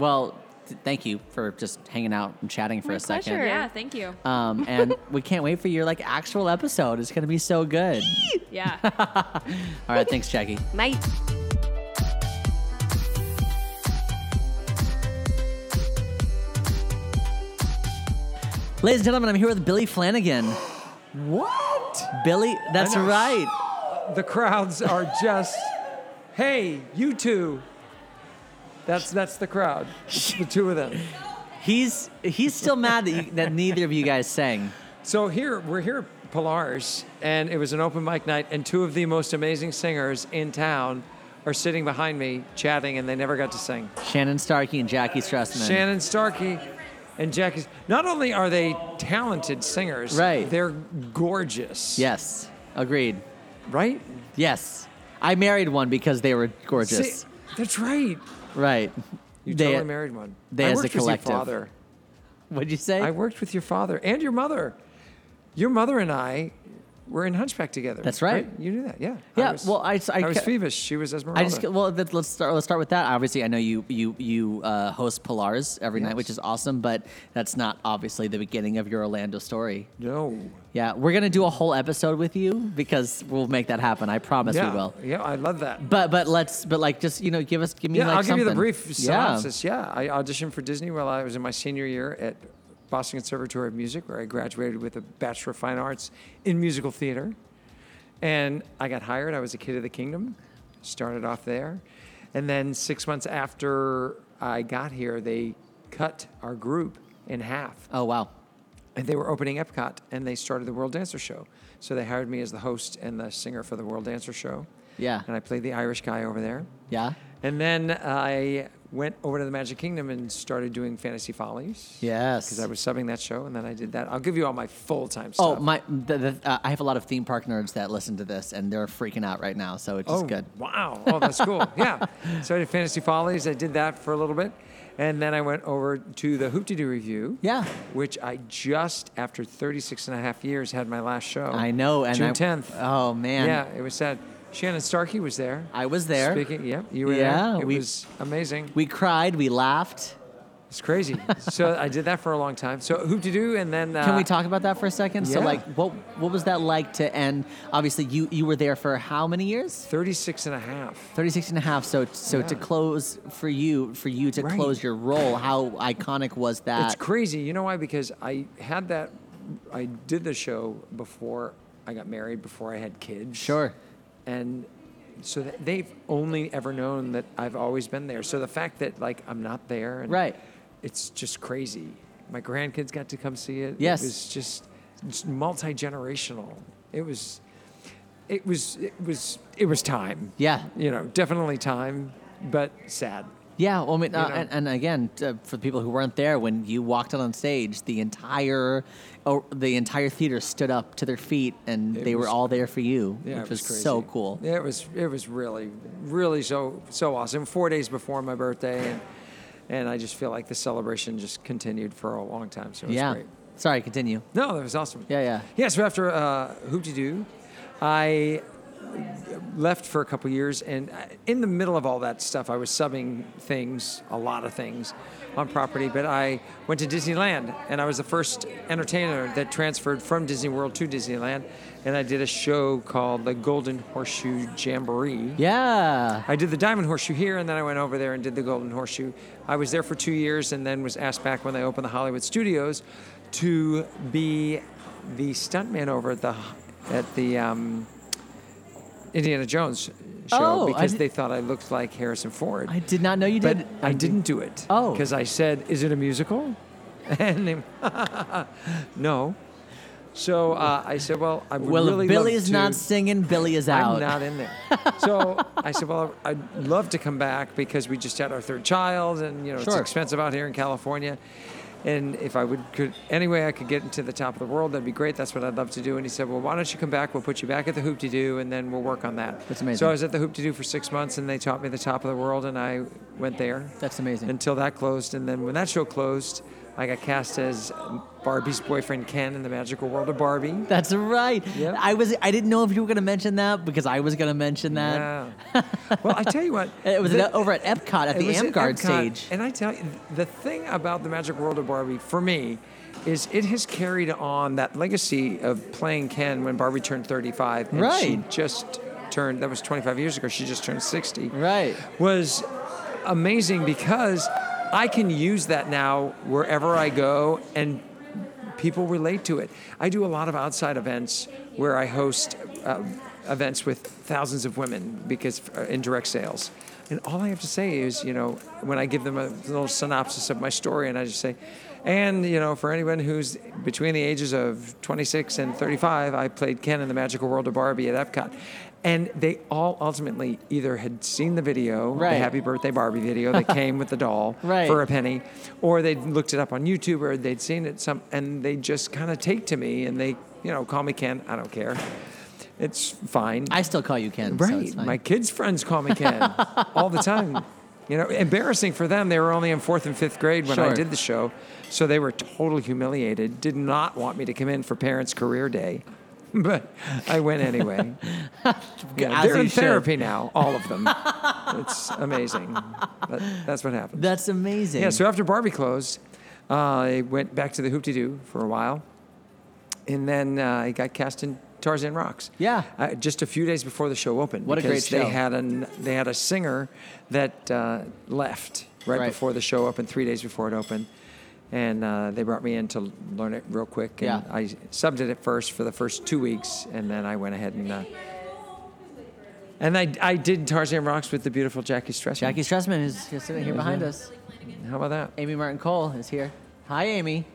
Speaker 2: Well, th- thank you for just hanging out and chatting for a
Speaker 6: My
Speaker 2: second.
Speaker 6: pleasure.
Speaker 3: yeah, thank you.
Speaker 2: Um, and we can't wait for your like actual episode. It's gonna be so good.
Speaker 3: Yeah.
Speaker 2: All right, thanks, Jackie.
Speaker 6: night
Speaker 2: Ladies and gentlemen, I'm here with Billy Flanagan. what?
Speaker 7: What?
Speaker 2: Billy, that's
Speaker 7: know.
Speaker 2: right.
Speaker 7: The crowds are just, hey, you two. That's that's the crowd, the two of them.
Speaker 2: He's he's still mad that you, that neither of you guys sang.
Speaker 7: So here we're here at Polaris, and it was an open mic night, and two of the most amazing singers in town are sitting behind me chatting, and they never got to sing.
Speaker 2: Shannon Starkey and Jackie Stressman.
Speaker 7: Shannon Starkey and Jackie. Not only are they talented singers,
Speaker 2: Right.
Speaker 7: They're gorgeous.
Speaker 2: Yes, agreed.
Speaker 7: Right.
Speaker 2: Yes, I married one because they were gorgeous.
Speaker 7: See, that's right.
Speaker 2: right.
Speaker 7: You
Speaker 2: They-
Speaker 7: totally married one.
Speaker 2: they
Speaker 7: I
Speaker 2: as a
Speaker 7: worked
Speaker 2: collective.
Speaker 7: With your father.
Speaker 2: What'd you say?
Speaker 7: I worked with your father and your mother. Your mother and I were in Hunchback together.
Speaker 2: That's right.
Speaker 7: You knew that, yeah.
Speaker 2: Yeah, well, I- I
Speaker 7: was
Speaker 2: ca-
Speaker 7: Phoebus. She was Esmeralda.
Speaker 2: I just well th- let's start let's start with that. Obviously, I know you you you uh, host Polaris every night,
Speaker 7: Yes.
Speaker 2: which is awesome. But that's not obviously the beginning of your Orlando story.
Speaker 7: no.
Speaker 2: Yeah, we're gonna do a whole episode with you because we'll make that happen. I promise
Speaker 7: yeah,
Speaker 2: we will.
Speaker 7: Yeah, I love that.
Speaker 2: But but let's but like just you know give us give me
Speaker 7: Yeah,
Speaker 2: like
Speaker 7: I'll give you the
Speaker 2: something.
Speaker 7: brief
Speaker 2: Yeah.
Speaker 7: synopsis. Yeah. I auditioned for Disney while I was in my senior year at Boston Conservatory of Music, where I graduated with a Bachelor of Fine Arts in musical theater. And I got hired. I was a kid of the kingdom, started off there. And then six months after I got here, they cut our group in half.
Speaker 2: Oh wow.
Speaker 7: And they were opening Epcot and they started the World Dancer Show. So they hired me as the host and the singer for the World Dancer Show.
Speaker 2: Yeah.
Speaker 7: And I played the Irish guy over there.
Speaker 2: Yeah.
Speaker 7: And then uh, I went over to the Magic Kingdom and started doing Fantasy Follies.
Speaker 2: Yes.
Speaker 7: Because I was subbing that show, and then I did that. I'll give you all my full time
Speaker 2: Oh
Speaker 7: stuff.
Speaker 2: my! The, the, uh, I have a lot of theme park nerds that listen to this, and they're freaking out right now. So it's
Speaker 7: Oh,
Speaker 2: just good.
Speaker 7: wow. Oh, that's cool. yeah. So I did Fantasy Follies. I did that for a little bit. And then I went over to the Hoop Doo review.
Speaker 2: Yeah.
Speaker 7: Which I just, after 36 and a half years, had my last show.
Speaker 2: I know, and
Speaker 7: June
Speaker 2: I-
Speaker 7: 10th.
Speaker 2: Oh, man.
Speaker 7: Yeah, it was sad. Shannon Starkey was there.
Speaker 2: I was there.
Speaker 7: Speaking, yeah, you were
Speaker 2: Yeah,
Speaker 7: there. It
Speaker 2: we-
Speaker 7: was amazing.
Speaker 2: We cried, we laughed.
Speaker 7: It's crazy. so I did that for a long time. So hoop to do, and then uh,
Speaker 2: Can we talk about that for a second? So
Speaker 7: yeah.
Speaker 2: like what what was that like to end obviously you you were there for how many years?
Speaker 7: 36 and a half.
Speaker 2: 36 and a half so so to
Speaker 7: Yeah.
Speaker 2: close for you for you to
Speaker 7: Right.
Speaker 2: close your role how iconic was that?
Speaker 7: It's crazy. You know why? Because I had that. I did the show before I got married, before I had kids.
Speaker 2: Sure.
Speaker 7: And so that they've only ever known that I've always been there. So the fact that like I'm not there, and
Speaker 2: Right.
Speaker 7: It's just crazy. My grandkids got to come see it.
Speaker 2: Yes.
Speaker 7: It was just multi generational. It was. It was. It was. It was time.
Speaker 2: Yeah.
Speaker 7: you know, definitely time, but sad.
Speaker 2: Yeah, well, I mean, uh,
Speaker 7: know.
Speaker 2: and, and again, uh, for the people who weren't there, when you walked out on stage, the entire, oh, the entire theater stood up to their feet, and
Speaker 7: It
Speaker 2: they were
Speaker 7: was-
Speaker 2: all there for you,
Speaker 7: Yeah,
Speaker 2: which
Speaker 7: it was, crazy.
Speaker 2: so cool.
Speaker 7: Yeah, It was it was really really so so awesome. Four days before my birthday, and and I just feel like the celebration just continued for a long time. So it was
Speaker 2: yeah.
Speaker 7: great.
Speaker 2: Sorry, continue.
Speaker 7: No, that was awesome.
Speaker 2: Yeah, yeah.
Speaker 7: Yeah, so after uh, Hoop De Doo, I left for a couple years, and I- in the middle of all that stuff, I was subbing things, a lot of things, on property. But I went to Disneyland, and I was the first entertainer that transferred from Disney World to Disneyland, and I did a show called the Golden Horseshoe Jamboree.
Speaker 2: Yeah.
Speaker 7: I did the Diamond Horseshoe here, and then I went over there and did the Golden Horseshoe. I was there for two years, and then was asked back when they opened the Hollywood Studios to be the stuntman over at the at the um, Indiana Jones show
Speaker 2: Oh, I
Speaker 7: because
Speaker 2: did-
Speaker 7: they thought I looked like Harrison Ford.
Speaker 2: I did not know you
Speaker 7: but
Speaker 2: did.
Speaker 7: I didn't do it.
Speaker 2: Oh.
Speaker 7: because I said, "Is it a musical?" And they, no. So uh, I said, "Well, I would
Speaker 2: Well,
Speaker 7: really
Speaker 2: if
Speaker 7: love
Speaker 2: Billy is
Speaker 7: to-
Speaker 2: not singing, Billy is out.
Speaker 7: I'm not in there. So I said, well, I'd love to come back because we just had our third child, and you know it's
Speaker 2: Sure.
Speaker 7: expensive out here in California. And if I would could any way I could get into the top of the world, that'd be great. That's what I'd love to do. And he said, well, why don't you come back? We'll put you back at the hoop to do, and then we'll work on that.
Speaker 2: That's amazing.
Speaker 7: So I was at the hoop to do for six months, and they taught me the top of the world, and I went there.
Speaker 2: That's amazing.
Speaker 7: Until that closed, and then when that show closed. I got cast as Barbie's boyfriend Ken in the magical world of Barbie.
Speaker 2: That's right.
Speaker 7: Yep.
Speaker 2: I was. I didn't know if you were going to mention that because I was going to mention that.
Speaker 7: Yeah. well, I tell you what,
Speaker 2: It was
Speaker 7: the-
Speaker 2: at- over at Epcot at
Speaker 7: it
Speaker 2: the
Speaker 7: was at
Speaker 2: Amguard
Speaker 7: Epcot,
Speaker 2: stage.
Speaker 7: And I tell you, the thing about the Magic World of Barbie for me is it has carried on that legacy of playing Ken when Barbie turned 35. And She
Speaker 2: Right.
Speaker 7: just turned, that was 25 years ago, she just turned 60.
Speaker 2: Right.
Speaker 7: Was amazing because I can use that now wherever I go and people relate to it. I do a lot of outside events where I host uh, events with thousands of women because uh, in direct sales. And all I have to say is, you know, when I give them a little synopsis of my story, and I just say, and you know, for anyone who's between the ages of 26 and 35, I played Ken in the Magical World of Barbie at Epcot. And they all ultimately either had seen the video,
Speaker 2: Right.
Speaker 7: the Happy Birthday Barbie video that came with the doll
Speaker 2: Right.
Speaker 7: for a penny, or they'd looked it up on YouTube or they'd seen it some, and they just kind of take to me and they, you know, call me Ken. I don't care. It's fine.
Speaker 2: I still call you Ken. So
Speaker 7: Right.
Speaker 2: it's fine.
Speaker 7: My kids' friends call me Ken all the time. You know, embarrassing for them. They were only in fourth and fifth grade when I
Speaker 2: Sure.
Speaker 7: did the show. So they were totally humiliated, did not want me to come in for Parents' Career Day. But I went anyway. Yeah,
Speaker 2: As
Speaker 7: they're
Speaker 2: you
Speaker 7: in
Speaker 2: should.
Speaker 7: therapy now, all of them. it's amazing. But that's what happened.
Speaker 2: That's amazing.
Speaker 7: Yeah, so after Barbie closed, uh, I went back to the Hoopty Doo for a while. And then uh, I got cast in Tarzan Rocks.
Speaker 2: Yeah.
Speaker 7: Uh, just a few days before the show opened.
Speaker 2: What a
Speaker 7: because
Speaker 2: great show.
Speaker 7: They had, an, they had a singer that uh, left right,
Speaker 2: Right.
Speaker 7: before the show opened, three days before it opened. And uh, they brought me in to learn it real quick. And
Speaker 2: Yeah.
Speaker 7: I subbed it at first for the first two weeks. And then I went ahead and. Uh, and I, I did Tarzan Rocks with the beautiful Jackie Stressman.
Speaker 2: Jackie Stressman is just sitting here behind us.
Speaker 7: How about that?
Speaker 2: Amy Martin Cole is here. Hi, Amy.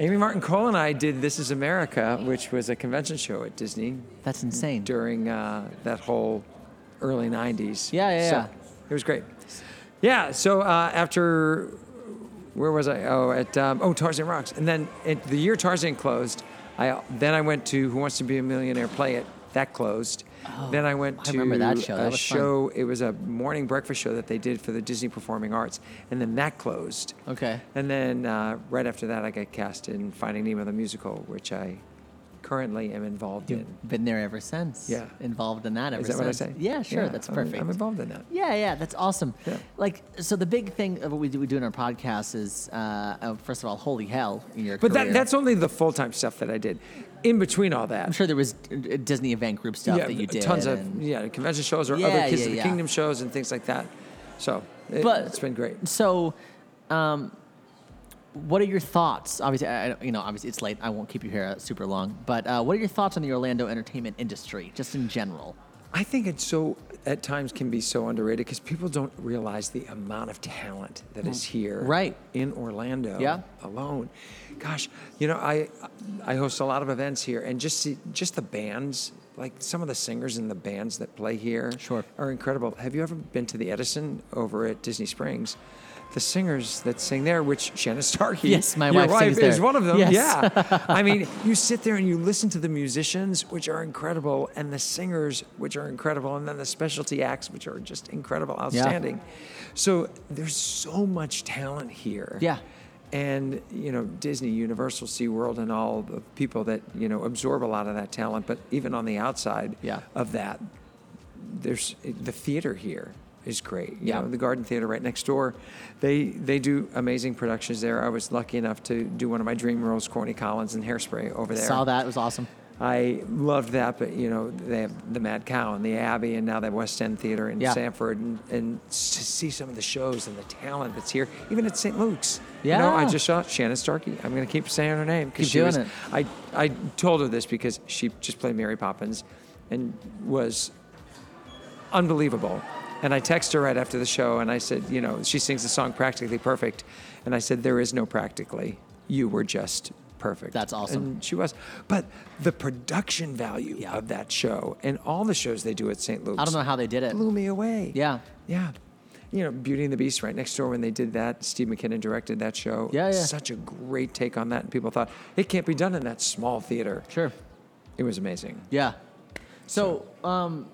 Speaker 7: Amy Martin Cole and I did This Is America, which was a convention show at Disney
Speaker 2: That's insane.
Speaker 7: during uh, that whole early 90s.
Speaker 2: Yeah, yeah,
Speaker 7: So
Speaker 2: yeah.
Speaker 7: It was great. Yeah, so uh, after, where was I? Oh, at, um, oh, Tarzan Rocks. And then it, the year Tarzan closed, I then I went to Who Wants to Be a Millionaire Play It. That closed. then I went
Speaker 2: Oh, I
Speaker 7: to
Speaker 2: remember that show. That
Speaker 7: a
Speaker 2: was fun.
Speaker 7: show. It was a morning breakfast show that they did for the Disney Performing Arts, and then that closed.
Speaker 2: Okay.
Speaker 7: And then uh, right after that, I got cast in Finding Nemo the musical, which I currently am involved in.
Speaker 2: Been there ever since.
Speaker 7: Yeah.
Speaker 2: Involved in that ever
Speaker 7: Is that what I
Speaker 2: since.
Speaker 7: say?
Speaker 2: Yeah, sure. that's
Speaker 7: I'm-
Speaker 2: perfect.
Speaker 7: I'm involved in that.
Speaker 2: Yeah, yeah, that's awesome.
Speaker 7: Yeah.
Speaker 2: Like, so the big thing of what we do, we do in our podcast is, uh, oh, first of all, holy hell in your
Speaker 7: But
Speaker 2: career.
Speaker 7: that, that's only the full time stuff that I did. In between all that,
Speaker 2: I'm sure there was uh, Disney event group stuff that you did.
Speaker 7: uh, tons
Speaker 2: and-
Speaker 7: of yeah convention shows or
Speaker 2: Yeah,
Speaker 7: other Kids
Speaker 2: yeah,
Speaker 7: of the
Speaker 2: yeah.
Speaker 7: Kingdom shows and things like that. So it,
Speaker 2: But-
Speaker 7: it's been great.
Speaker 2: So, um, what are your thoughts? Obviously, I, I- you know, obviously it's late. I won't keep you here uh, super long. But uh, what are your thoughts on the Orlando entertainment industry, just in general?
Speaker 7: I think it's so at times can be so underrated because people don't realize the amount of talent that is here,
Speaker 2: Mm. Right.
Speaker 7: In Orlando,
Speaker 2: Yeah.
Speaker 7: alone. Gosh, you know, I I host a lot of events here, and just see, just the bands, like some of the singers and the bands that play here,
Speaker 2: Sure.
Speaker 7: are incredible. Have you ever been to the Edison over at Disney Springs? The singers that sing there, which Shannon Starkey,
Speaker 2: Yes, my
Speaker 7: your
Speaker 2: wife
Speaker 7: wife,
Speaker 2: sings
Speaker 7: is
Speaker 2: there.
Speaker 7: one of them.
Speaker 2: Yes.
Speaker 7: Yeah, I mean, you sit there and you listen to the musicians, which are incredible, and the singers, which are incredible, and then the specialty acts, which are just incredible, outstanding. So there's so much talent here.
Speaker 2: Yeah.
Speaker 7: And, you know, Disney, Universal, SeaWorld, and all the people that, you know, absorb a lot of that talent. But even on the outside
Speaker 2: Yeah.
Speaker 7: of that, there's the theater here is great. You
Speaker 2: Yeah.
Speaker 7: know, the Garden Theater right next door. They they do amazing productions there. I was lucky enough to do one of my dream roles, Corny Collins and Hairspray over there.
Speaker 2: Saw that it was awesome.
Speaker 7: I loved that, but you know they have the Mad Cow and the Abbey, and now the West End Theater in
Speaker 2: Yeah.
Speaker 7: Sanford, and, and s- to see some of the shows and the talent that's here, even at St. Luke's. You know, I
Speaker 2: Yeah.
Speaker 7: just saw Shannon Starkey. I'm going to keep saying her name
Speaker 2: Keep
Speaker 7: because she
Speaker 2: doing
Speaker 7: was.
Speaker 2: it.
Speaker 7: I I told her this because she just played Mary Poppins, and was unbelievable. And I texted her right after the show, and I said, you know, she sings the song "Practically Perfect," and I said, there is no practically. You were just perfect.
Speaker 2: That's awesome.
Speaker 7: And she was. But the production value
Speaker 2: Yeah.
Speaker 7: of that show and all the shows they do at St. Luke's
Speaker 2: I don't know how they did it.
Speaker 7: blew me away.
Speaker 2: Yeah.
Speaker 7: Yeah. You know, Beauty and the Beast right next door when they did that, Steve McKinnon directed that show.
Speaker 2: Yeah, yeah.
Speaker 7: Such a great take on that. And people thought, it can't be done in that small theater.
Speaker 2: Sure.
Speaker 7: It was amazing.
Speaker 2: Yeah. So, um,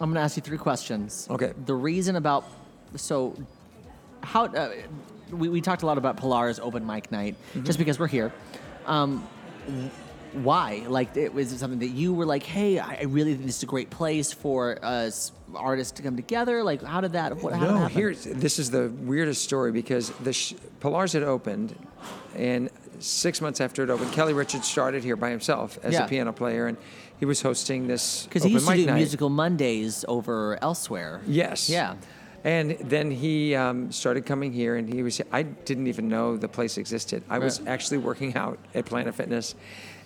Speaker 2: I'm going to ask you three questions.
Speaker 7: Okay.
Speaker 2: The reason about so how uh, we we talked a lot about Polaris open mic night
Speaker 7: Mm-hmm.
Speaker 2: just because we're here. Um, why? Like, it was it something that you were like, "Hey, I I really think this is a great place for us artists to come together." Like, how did that? What, how did that
Speaker 7: no,
Speaker 2: happen?
Speaker 7: here's this is the weirdest story because the sh- Pilar's had opened, and six months after it opened, Kelly Richards started here by himself as
Speaker 2: Yeah.
Speaker 7: a piano player, and he was hosting this
Speaker 2: because he
Speaker 7: open
Speaker 2: used to
Speaker 7: mic
Speaker 2: do
Speaker 7: night.
Speaker 2: musical Mondays over elsewhere.
Speaker 7: Yes.
Speaker 2: Yeah.
Speaker 7: And then he um, started coming here, and he was. I didn't even know the place existed. I was
Speaker 2: Right.
Speaker 7: actually working out at Planet Fitness,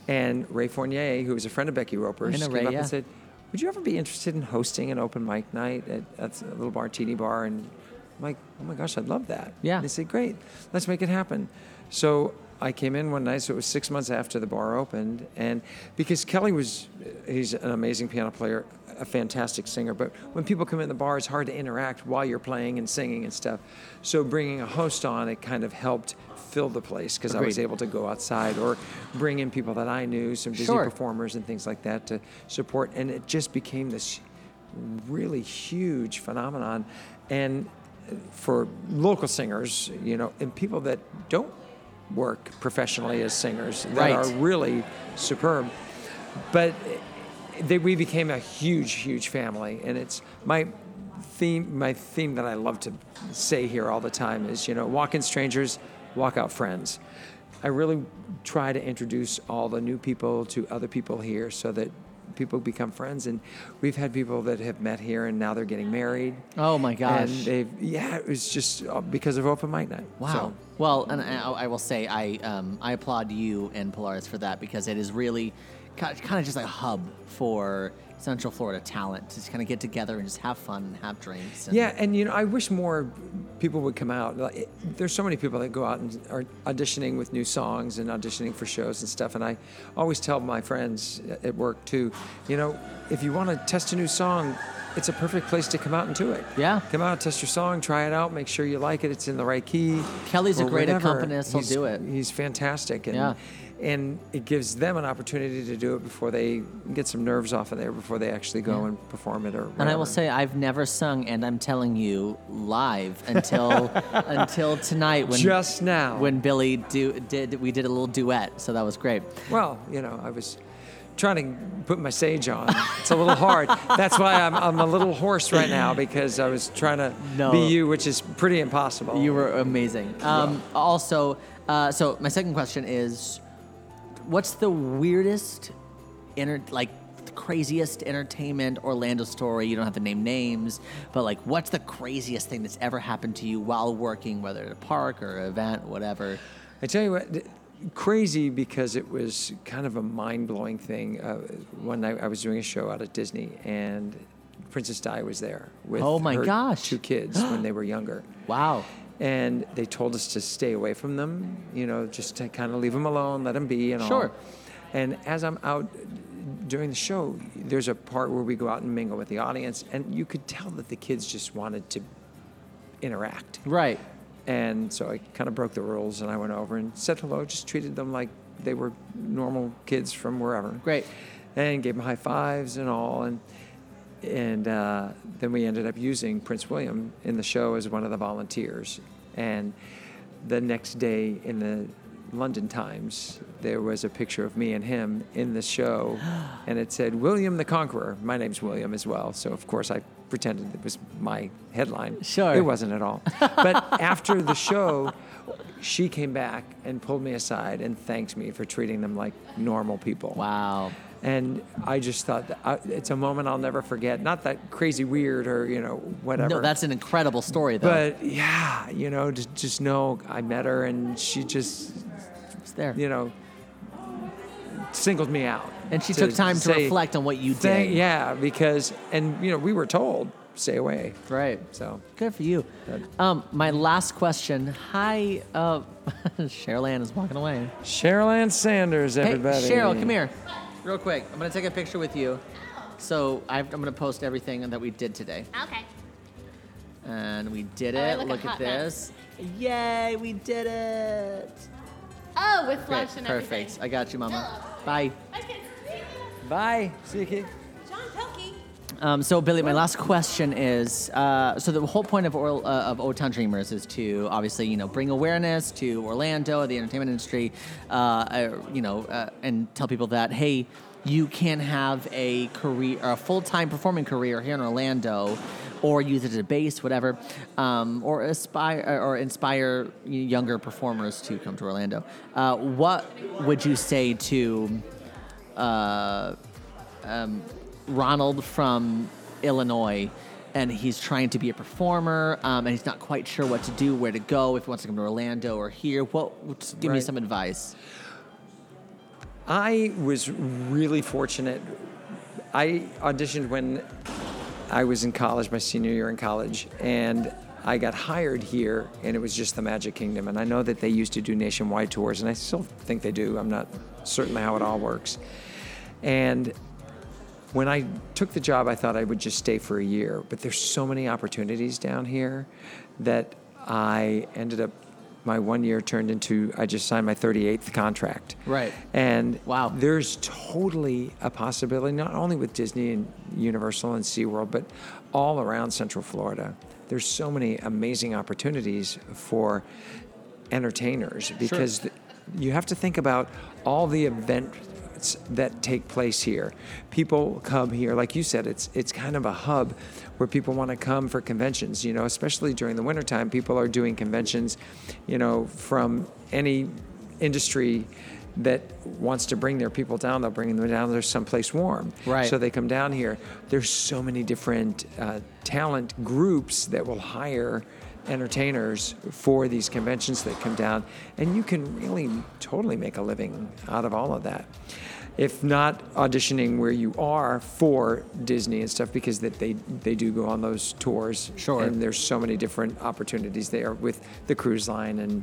Speaker 7: And Ray Fournier, who was a friend of Becky Roper's,
Speaker 2: know
Speaker 7: came
Speaker 2: Ray,
Speaker 7: up
Speaker 2: yeah.
Speaker 7: and said, "Would you ever be interested in hosting an open mic night at, at a little bar, teeny bar?" And I'm like, "Oh my gosh, I'd love that."
Speaker 2: Yeah.
Speaker 7: And they said, "Great, let's make it happen." So I came in one night. So it was six months after the bar opened, and because Kelly was, he's an amazing piano player, a fantastic singer. But when people come in the bar, it's hard to interact while you're playing and singing and stuff. So bringing a host on, it kind of helped fill the place because I was
Speaker 2: Agreed.
Speaker 7: able to go outside or bring in people that I knew, some busy
Speaker 2: Sure.
Speaker 7: performers and things like that to support. And it just became this really huge phenomenon. And for local singers, you know, and people that don't work professionally as singers that
Speaker 2: Right.
Speaker 7: are really superb. But they, we became a huge, huge family, and it's my theme. My theme that I love to say here all the time is, you know, walk in strangers, walk out friends. I really try to introduce all the new people to other people here, so that people become friends. And we've had people that have met here, and now they're getting married.
Speaker 2: Oh my gosh.
Speaker 7: And they've yeah, it was just uh, because of open mic night.
Speaker 2: Wow.
Speaker 7: So-
Speaker 2: Well, and I, I will say I um, I applaud you and Polaris for that because it is really kind of just a hub for Central Florida talent to just kind of get together and just have fun and have drinks. And,
Speaker 7: Yeah, and you know, I wish more people would come out. Like, it- There's so many people that go out and are auditioning with new songs and auditioning for shows and stuff. And I always tell my friends at work too, you know, if you want to test a new song, it's a perfect place to come out and do it.
Speaker 2: Yeah.
Speaker 7: come out, test your song, try it out, make sure you like it. It's in the right key.
Speaker 2: Kelly's a
Speaker 7: or
Speaker 2: great
Speaker 7: whatever.
Speaker 2: accompanist, he'll
Speaker 7: He's-
Speaker 2: do it.
Speaker 7: He's fantastic. And,
Speaker 2: Yeah.
Speaker 7: And it gives them an opportunity to do it before they get some nerves off of there before they actually go and perform it or.
Speaker 2: And I will
Speaker 7: whatever.
Speaker 2: say I've never sung, and I'm telling you, live until until tonight when
Speaker 7: Just now.
Speaker 2: when Billy do, did we did a little duet, so that was great.
Speaker 7: Well, you know, I was trying to put my sage on. It's a little hard. That's why I'm, I'm a little hoarse right now because I was trying to
Speaker 2: No.
Speaker 7: be you, which is pretty impossible.
Speaker 2: You were amazing. Um, Also, uh, so my second question is, what's the weirdest, enter- like craziest entertainment Orlando story? You don't have to name names, but like, what's the craziest thing that's ever happened to you while working, whether at a park or an event, whatever?
Speaker 7: I tell you what, th- crazy because it was kind of a mind blowing thing. Uh, one night I was doing a show out at Disney and Princess Di was there with
Speaker 2: Oh my
Speaker 7: her
Speaker 2: gosh.
Speaker 7: two kids when they were younger.
Speaker 2: Wow.
Speaker 7: And they told us to stay away from them, you know, just to kind of leave them alone, let them be, and all.
Speaker 2: Sure.
Speaker 7: And as I'm out during the show, there's a part where we go out and mingle with the audience, and you could tell that the kids just wanted to interact.
Speaker 2: Right.
Speaker 7: And so I kind of broke the rules and I went over and said hello, just treated them like they were normal kids from wherever.
Speaker 2: Great.
Speaker 7: And gave them high fives and all. And, and uh, then we ended up using Prince William in the show as one of the volunteers. And the next day in the London Times, there was a picture of me and him in the show. And it said, William the Conqueror. My name's William as well. So, of course, I pretended it was my headline.
Speaker 2: Sure.
Speaker 7: It wasn't at all. But after the show, she came back and pulled me aside and thanked me for treating them like normal people.
Speaker 2: Wow.
Speaker 7: And I just thought that I, it's a moment I'll never forget. Not that crazy weird or, you know, whatever.
Speaker 2: No, that's an incredible story, though.
Speaker 7: But yeah, you know, to just know I met her and she just,
Speaker 2: it's there.
Speaker 7: you know, singled me out.
Speaker 2: and she took time to
Speaker 7: say,
Speaker 2: reflect on what you
Speaker 7: "Thank-"
Speaker 2: did.
Speaker 7: Yeah, because, and, you know, we were told, stay away.
Speaker 2: Right.
Speaker 7: So.
Speaker 2: Good for you. Um, my last question. Hi, uh, Cheryl Ann is walking away.
Speaker 7: Cheryl Ann Sanders,
Speaker 2: Hey,
Speaker 7: everybody.
Speaker 2: Cheryl, come here, real quick. I'm gonna take a picture with you. So I've, I'm gonna post everything that we did today,
Speaker 8: Okay.
Speaker 2: and we did
Speaker 8: Oh, I
Speaker 2: it.
Speaker 8: look a
Speaker 2: Look at
Speaker 8: hot mess.
Speaker 2: this. Yay, we did it.
Speaker 8: Oh, with
Speaker 2: Great,
Speaker 8: flash and
Speaker 2: perfect. I got you, Mama.
Speaker 8: Hello.
Speaker 2: Bye.
Speaker 8: everything. Okay.
Speaker 7: Bye. See you, kid.
Speaker 8: John Pelkey.
Speaker 2: Um, so Billy, my last question is: uh, so the whole point of Oral, uh, of O Town Dreamers is to obviously you know bring awareness to Orlando, the entertainment industry, uh, uh, you know, uh, and tell people that hey, you can have a career, or a full time performing career here in Orlando, or use it as a base, whatever, um, or aspire or inspire younger performers to come to Orlando. Uh, what would you say to? Ronald from Illinois, and he's trying to be a performer, um, and he's not quite sure what to do, where to go, if he wants to come to Orlando or here. What? Just give me
Speaker 7: Right.
Speaker 2: some advice.
Speaker 7: I was really fortunate. I auditioned when I was in college, my senior year in college, and I got hired here, and it was just the Magic Kingdom. And I know that they used to do nationwide tours, and I still think they do. I'm not certain how it all works. And when I took the job, I thought I would just stay for a year, but there's so many opportunities down here that I ended up. My one year turned into I just signed my 38th contract.
Speaker 2: Right.
Speaker 7: And
Speaker 2: Wow.
Speaker 7: there's totally a possibility, not only with Disney and Universal and SeaWorld, but all around Central Florida. There's so many amazing opportunities for entertainers because th- you have to think about all the events that take place here. People come here, like you said, it's it's kind of a hub where people want to come for conventions, you know, especially during the wintertime. People are doing conventions, you know, from any industry that wants to bring their people down, they'll bring them down. There's someplace warm,
Speaker 2: Right.
Speaker 7: So they come down here. There's so many different uh, talent groups that will hire entertainers for these conventions that come down, and you can really totally make a living out of all of that. If not auditioning where you are for Disney and stuff, because that they they do go on those tours,
Speaker 2: Sure.
Speaker 7: and there's so many different opportunities there with the cruise line and.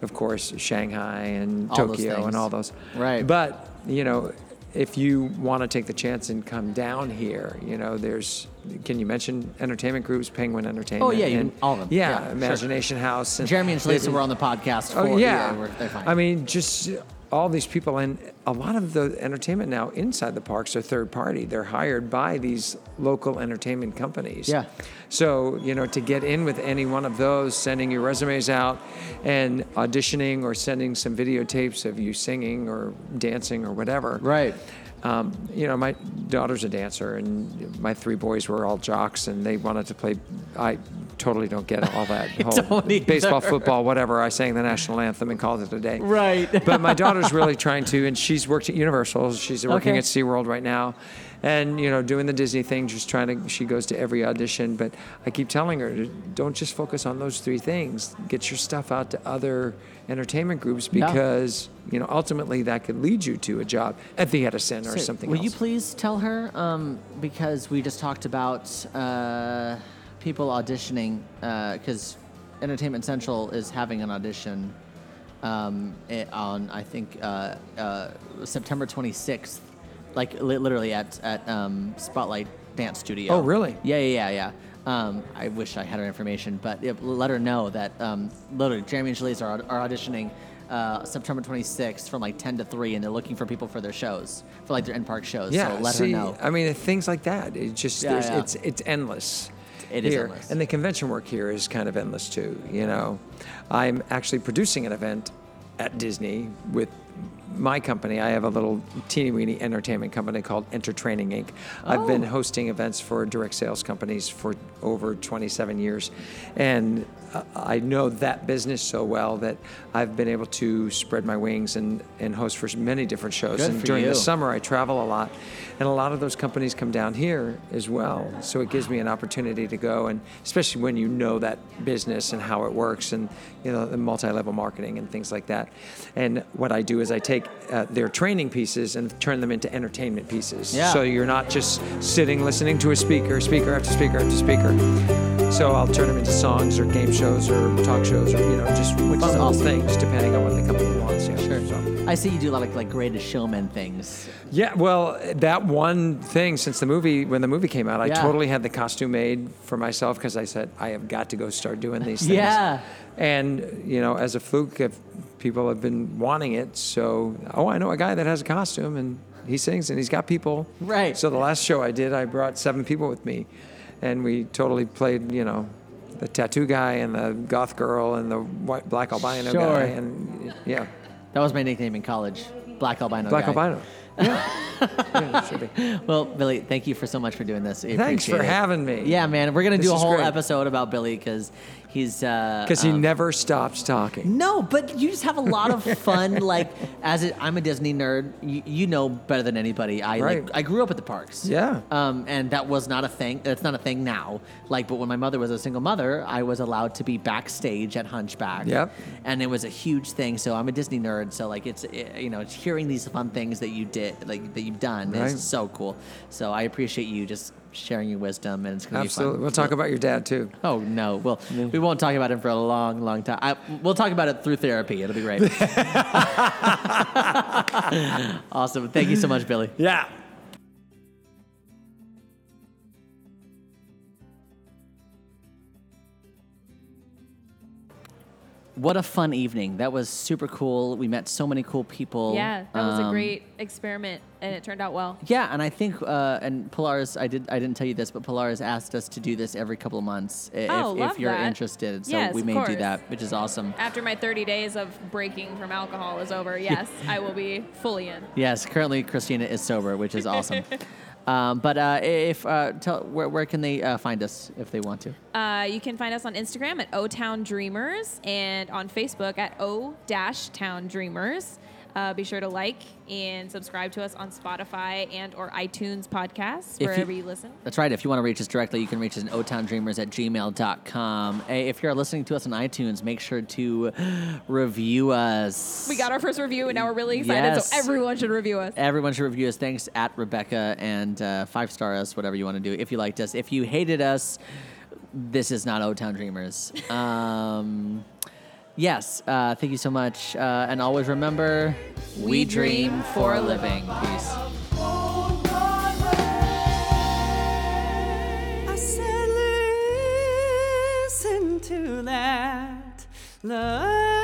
Speaker 7: Of course, Shanghai and
Speaker 2: All those
Speaker 7: Tokyo
Speaker 2: things.
Speaker 7: and all those.
Speaker 2: Right.
Speaker 7: But, you know, if you want to take the chance and come down here, you know, there's, can you mention entertainment groups, Penguin Entertainment?
Speaker 2: Oh, yeah, you
Speaker 7: and-
Speaker 2: can- all of them.
Speaker 7: Yeah,
Speaker 2: Yeah, sure.
Speaker 7: Imagination House. And
Speaker 2: Jeremy and Shalisa were on the podcast. For,
Speaker 7: Oh, yeah.
Speaker 2: we're- they're fine.
Speaker 7: I mean, just all these people, and a lot of the entertainment now inside the parks are third party. They're hired by these local entertainment companies.
Speaker 2: Yeah.
Speaker 7: So, you know, to get in with any one of those, sending your resumes out and auditioning or sending some videotapes of you singing or dancing or whatever.
Speaker 2: Right.
Speaker 7: Um, you know, my daughter's a dancer, and my three boys were all jocks, and they wanted to play. I totally don't get all that whole
Speaker 2: don't either.
Speaker 7: baseball, football, whatever. I sang the national anthem and called it a day.
Speaker 2: Right.
Speaker 7: but my daughter's really trying to, and she's worked at Universal. She's working
Speaker 2: Okay.
Speaker 7: at SeaWorld right now. And, you know, doing the Disney thing, just trying to, she goes to every audition. But I keep telling her, don't just focus on those three things. Get your stuff out to other entertainment groups
Speaker 2: Yeah.
Speaker 7: because, you know, ultimately that could lead you to a job at the Edison or
Speaker 2: So,
Speaker 7: something
Speaker 2: Will
Speaker 7: else.
Speaker 2: you please tell her um, because we just talked about uh, people auditioning because Entertainment Central is having an audition um, eh, on I think uh, uh, September 26th, like li- literally at at um, Spotlight Dance Studio.
Speaker 7: Oh, really?
Speaker 2: Yeah, yeah, yeah, yeah. Um, I wish I had her information, but yeah, let her know that um, literally Jeremy and Shalise are, are auditioning uh, September 26th from like 10 to 3, and they're looking for people for their shows, for like their in park shows.
Speaker 7: Yeah,
Speaker 2: so let
Speaker 7: see,
Speaker 2: her know.
Speaker 7: I mean, things like that. It just
Speaker 2: Yeah,
Speaker 7: there's
Speaker 2: yeah.
Speaker 7: it's it's endless.
Speaker 2: It is
Speaker 7: here.
Speaker 2: endless.
Speaker 7: and the convention work here is kind of endless too. You know, I'm actually producing an event at Disney with my company. I have a little teeny weeny entertainment company called Entertraining Inc. I've been
Speaker 2: Oh.
Speaker 7: hosting events for direct sales companies for over 27 years, and uh, I know that business so well that I've been able to spread my wings and, and host for many different shows.
Speaker 2: Good
Speaker 7: and
Speaker 2: for
Speaker 7: during
Speaker 2: you.
Speaker 7: the summer summer, I travel a lot, and a lot of those companies come down here as well. So it gives me an opportunity to go, and especially when you know that business and how it works, and you know the multi-level marketing and things like that. And what I do is I take uh, their training pieces and turn them into entertainment pieces.
Speaker 2: Yeah.
Speaker 7: So you're not just sitting listening to a speaker, speaker after speaker after speaker. So I'll turn them into songs or game shows or talk shows or you know just which
Speaker 2: That's
Speaker 7: is all
Speaker 2: awesome.
Speaker 7: things depending on what the company wants. Yeah.
Speaker 2: Sure.
Speaker 7: So.
Speaker 2: I see you do a lot of like greatest showman things.
Speaker 7: Yeah, well, that one thing since the movie, when the movie came out, I
Speaker 2: Yeah.
Speaker 7: totally had the costume made for myself because I said I have got to go start doing these things.
Speaker 2: Yeah.
Speaker 7: And you know, as a fluke, if people have been wanting it, so oh, I know a guy that has a costume and he sings and he's got people.
Speaker 2: Right.
Speaker 7: So the last show I did, I brought seven people with me, and we totally played. You know. The tattoo guy and the goth girl and the white, black albino
Speaker 2: Sure.
Speaker 7: guy and yeah,
Speaker 2: That was my nickname in college, Black Albino.
Speaker 7: black
Speaker 2: guy.
Speaker 7: albino. Yeah, yeah, it should be.
Speaker 2: Well, Billy, thank you for so much for doing this. We
Speaker 7: Thanks
Speaker 2: appreciate
Speaker 7: for
Speaker 2: it.
Speaker 7: having me.
Speaker 2: Yeah, man, we're gonna
Speaker 7: This
Speaker 2: do a
Speaker 7: is
Speaker 2: whole
Speaker 7: great.
Speaker 2: episode about Billy because He's uh, um,
Speaker 7: because he never stops talking.
Speaker 2: No, but you just have a lot of fun. like, as i I'm a Disney nerd, you, you know better than anybody. I
Speaker 7: Right.
Speaker 2: like, I grew up at the parks.
Speaker 7: Yeah.
Speaker 2: Um, and that was not a thing. That's not a thing now. Like, but when my mother was a single mother, I was allowed to be backstage at Hunchback.
Speaker 7: Yep.
Speaker 2: And it was a huge thing. So I'm a Disney nerd. So like, it's eh, you know, it's hearing these fun things that you did, like that you've done,
Speaker 7: Right.
Speaker 2: is so cool. So I appreciate you just sharing your wisdom, and it's gonna
Speaker 7: Absolutely.
Speaker 2: be fun.
Speaker 7: We'll talk about your dad too.
Speaker 2: Oh no! Well, we won't talk about it for a long, long time. I, we'll talk about it through therapy. It'll be great. awesome! Thank you so much, Billy.
Speaker 7: Yeah.
Speaker 2: What a fun evening! That was super cool. We met so many cool people.
Speaker 3: Yeah, that was a
Speaker 2: Um,
Speaker 3: great experiment, and it turned out well.
Speaker 2: Yeah, and I think uh, and Polaris, I did I didn't tell you this, but Polaris asked us to do this every couple of months i- if,
Speaker 3: Oh,
Speaker 2: if
Speaker 3: love
Speaker 2: you're
Speaker 3: that.
Speaker 2: interested. So
Speaker 3: Yes,
Speaker 2: we
Speaker 3: of
Speaker 2: may do
Speaker 3: course.
Speaker 2: that, which is awesome.
Speaker 3: After my 30 days of breaking from alcohol is over, yes, I will be fully in.
Speaker 2: Yes, currently Christina is sober, which is awesome. um, but uh, if uh, tell where, where can they uh, find us if they want to?
Speaker 3: Uh, you can find us on Instagram at O Town Dreamers and on Facebook at O Dash Town Dreamers. Uh, be sure to like and subscribe to us on Spotify and or iTunes podcasts
Speaker 2: If you-
Speaker 3: wherever you listen.
Speaker 2: That's right. If you want to reach us directly, you can reach us at otowndreamers at gmail.com. Hey, If you're listening to us on iTunes, make sure to review us.
Speaker 3: We got our first review and now we're really excited.
Speaker 2: Yes.
Speaker 3: So everyone should review us.
Speaker 2: Everyone should review us. Thanks at Rebecca and uh, five star us, whatever you want to do. If you liked us, if you hated us, this is not O Town Dreamers. Um, yes, uh, thank you so much. Uh, and always remember we, dream for a living. Peace.
Speaker 1: I said, listen to that love. Oh,